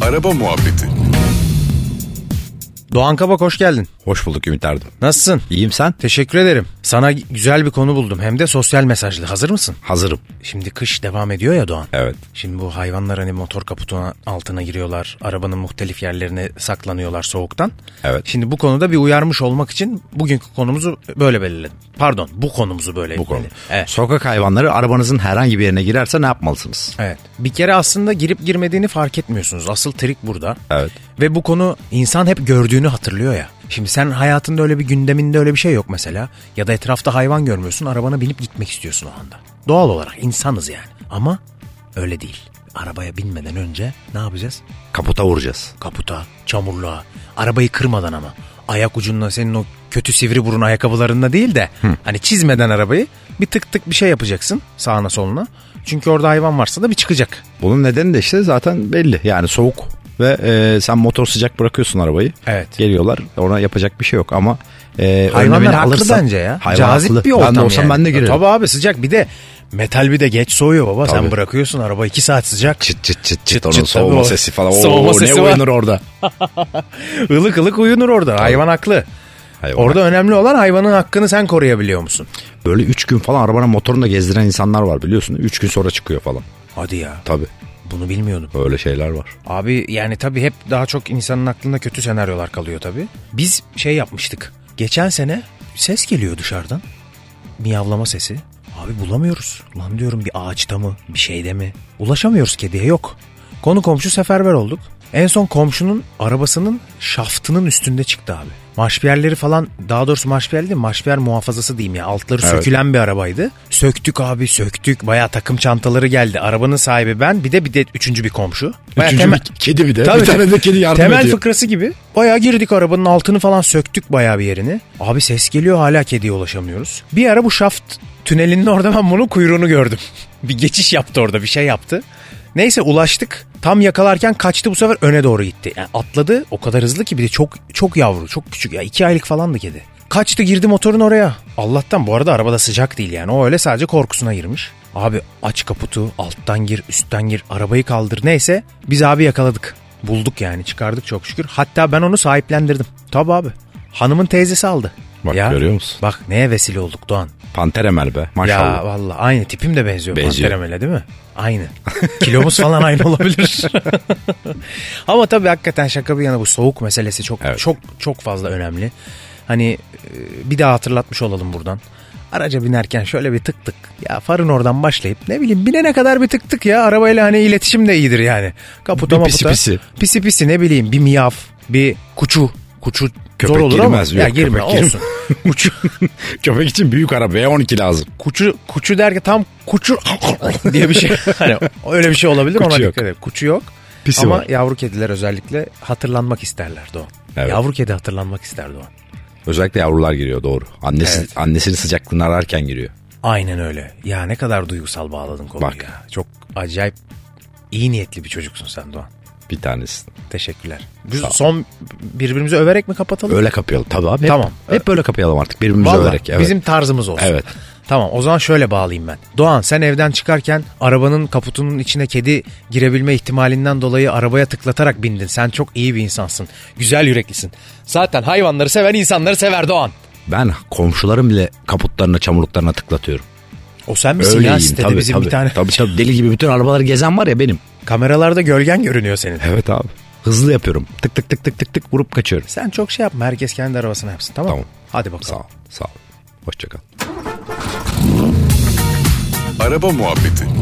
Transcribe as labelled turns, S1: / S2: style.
S1: Araba Muhabbeti
S2: Doğan Kabak hoş geldin.
S3: Hoş bulduk Ümit Ardım.
S2: Nasılsın?
S3: İyiyim sen?
S2: Teşekkür ederim. Sana güzel bir konu buldum hem de sosyal mesajlı. Hazır mısın?
S3: Hazırım.
S2: Şimdi kış devam ediyor ya Doğan.
S3: Evet.
S2: Şimdi bu hayvanlar hani motor kaputuna altına giriyorlar. Arabanın muhtelif yerlerine saklanıyorlar soğuktan.
S3: Evet.
S2: Şimdi bu konuda bir uyarmış olmak için bugünkü konumuzu böyle belirledim. Pardon bu konumuzu böyle
S3: Bu konu.
S2: belirledim. Evet.
S3: Sokak hayvanları arabanızın herhangi bir yerine girerse ne yapmalısınız?
S2: Evet. Bir kere aslında girip girmediğini fark etmiyorsunuz. Asıl trik burada.
S3: Evet.
S2: Ve bu konu insan hep gördüğünü hatırlıyor ya. Şimdi sen hayatında öyle bir gündeminde öyle bir şey yok mesela. Ya da etrafta hayvan görmüyorsun arabana binip gitmek istiyorsun o anda. Doğal olarak insanız yani. Ama öyle değil. Arabaya binmeden önce ne yapacağız?
S3: Kaputa vuracağız.
S2: Kaputa, çamurluğa, arabayı kırmadan ama. Ayak ucunla senin o kötü sivri burun ayakkabılarında değil de hani çizmeden arabayı bir tık tık bir şey yapacaksın sağına soluna. Çünkü orada hayvan varsa da bir çıkacak.
S3: Bunun nedeni de işte zaten belli. Yani soğuk ve e, sen motor sıcak bırakıyorsun arabayı.
S2: Evet.
S3: Geliyorlar. Ona yapacak bir şey yok ama e,
S2: Hayvanlar
S3: önlemini
S2: haklı
S3: alırsan-
S2: bence ya.
S3: Hayvan
S2: Cazip
S3: haklı.
S2: bir ortam
S3: Ben de olsam
S2: yani.
S3: ben de girerim.
S2: Tabii abi sıcak bir de metal bir de geç soğuyor baba. Sen
S3: Tabii.
S2: bırakıyorsun araba 2 saat sıcak.
S3: Çıt çıt çıt çıt,
S2: Çıt
S3: onun
S2: çıt
S3: soğuma
S2: tabii o.
S3: sesi falan. Oo,
S2: Soğuma
S3: ne
S2: sesi var.
S3: oynanır orada.
S2: Ilık ılık uyunur orada. Hayvan haklı.
S3: Hayvan
S2: Orada önemli olan hayvanın hakkını sen koruyabiliyor musun?
S3: Böyle 3 gün falan arabanın motorunu da gezdiren insanlar var biliyorsun. 3 gün sonra çıkıyor falan.
S2: Hadi ya.
S3: Tabii
S2: Bunu bilmiyordum.
S3: öyle şeyler var.
S2: Abi yani tabii hep daha çok insanın aklında kötü senaryolar kalıyor tabii. Biz şey yapmıştık. Geçen sene ses geliyor dışarıdan. Miyavlama sesi. Abi bulamıyoruz. Lan diyorum bir ağaçta mı bir şeyde mi? Ulaşamıyoruz kediye yok. Konu komşu seferber olduk. En son komşunun arabasının şaftının üstünde çıktı abi. Marşpiyerleri falan daha doğrusu marşpiyer değil marşpiyer muhafazası diyeyim ya altları
S3: Evet.
S2: sökülen bir arabaydı. Söktük abi söktük baya takım çantaları geldi. Arabanın sahibi ben bir de bir de üçüncü bir komşu. Bayağı
S3: Üçüncü
S2: temel-
S3: bir kedi bir de.
S2: Tabii
S3: bir tane
S2: tabii.
S3: de kedi yardım
S2: Temel
S3: ediyor.
S2: fıkrası gibi. Bayağı girdik arabanın altını falan söktük bayağı bir yerini. Abi ses geliyor hala kediye ulaşamıyoruz. Bir ara bu şaft tünelinin orada ben bunun kuyruğunu gördüm. bir geçiş yaptı orada bir şey yaptı. Neyse ulaştık. Tam yakalarken kaçtı bu sefer öne doğru gitti. Yani atladı o kadar hızlı ki bir de çok çok yavru çok küçük ya iki aylık falandı kedi. Kaçtı girdi motorun oraya. Allah'tan bu arada arabada sıcak değil yani o öyle sadece korkusuna girmiş. Abi aç kaputu alttan gir üstten gir arabayı kaldır neyse biz abi yakaladık. Bulduk yani çıkardık çok şükür. Hatta ben onu sahiplendirdim. Tabi abi. Hanımın teyzesi aldı.
S3: Bak görüyor musun?
S2: Bak neye vesile olduk Doğan.
S3: Panter emel be
S2: Ya
S3: maşallah.
S2: valla aynı tipim de benziyor,
S3: Benziyor.
S2: benziyor. değil mi? Aynı. Kilomuz falan aynı olabilir. Ama tabii hakikaten şaka bir yana bu soğuk meselesi çok
S3: Evet.
S2: çok çok fazla önemli. Hani e, bir daha hatırlatmış olalım buradan. Araca binerken şöyle bir tık tık ya farın oradan başlayıp ne bileyim binene kadar bir tık tık ya arabayla hani iletişim de iyidir yani. Kaputa
S3: Bir pisi
S2: maputa.
S3: pisi.
S2: Pisi pisi ne bileyim bir miyav bir kuçu. Kuçu
S3: Köpek
S2: zor olur ama
S3: girmez,
S2: ya
S3: yok,
S2: girme
S3: köpek girmez.
S2: olsun.
S3: Uç- Köpek için büyük araba V12 lazım.
S2: kuçu kuçu der ki tam kuçu diye bir şey. Hani öyle bir şey olabilir
S3: Kuçu
S2: ona
S3: yok.
S2: dikkat edin. Kuçu yok.
S3: Pisi
S2: Ama
S3: var.
S2: yavru kediler özellikle hatırlanmak isterler Doğan.
S3: Evet.
S2: Yavru kedi hatırlanmak ister Doğan.
S3: Özellikle yavrular giriyor doğru. Annesi,
S2: Evet.
S3: Annesinin sıcaklığını ararken giriyor.
S2: Aynen öyle. Ya ne kadar duygusal bağladın konuyu
S3: Bak.
S2: ya. Çok acayip iyi niyetli bir çocuksun sen Doğan.
S3: Bir tanesi.
S2: Teşekkürler. Biz son birbirimizi överek mi kapatalım?
S3: Öyle kapayalım. Tabii abi. Hep,
S2: Tamam.
S3: Hep böyle kapayalım artık. Birbirimizi
S2: Vallahi
S3: överek. Evet.
S2: bizim tarzımız olsun.
S3: Evet.
S2: Tamam o zaman şöyle bağlayayım ben. Doğan sen evden çıkarken arabanın kaputunun içine kedi girebilme ihtimalinden dolayı arabaya tıklatarak bindin. Sen çok iyi bir insansın. Güzel yüreklisin. Zaten hayvanları seven insanları sever Doğan.
S3: Ben komşularım bile kaputlarına çamurluklarına tıklatıyorum.
S2: O sen misin
S3: Öyle
S2: ya
S3: iyiyim.
S2: sitede
S3: tabii,
S2: bizim
S3: tabii,
S2: bir tane.
S3: Tabii tabii deli gibi bütün arabaları gezen var ya benim.
S2: Kameralarda gölgen görünüyor senin.
S3: Evet abi. Hızlı yapıyorum. Tık tık tık tık tık tık vurup kaçıyorum.
S2: Sen çok şey yapma herkes kendi arabasına yapsın tamam mı?
S3: Tamam.
S2: Hadi bakalım.
S3: Sağ ol. Sağ ol. Hoşçakal.
S1: Araba Muhabbeti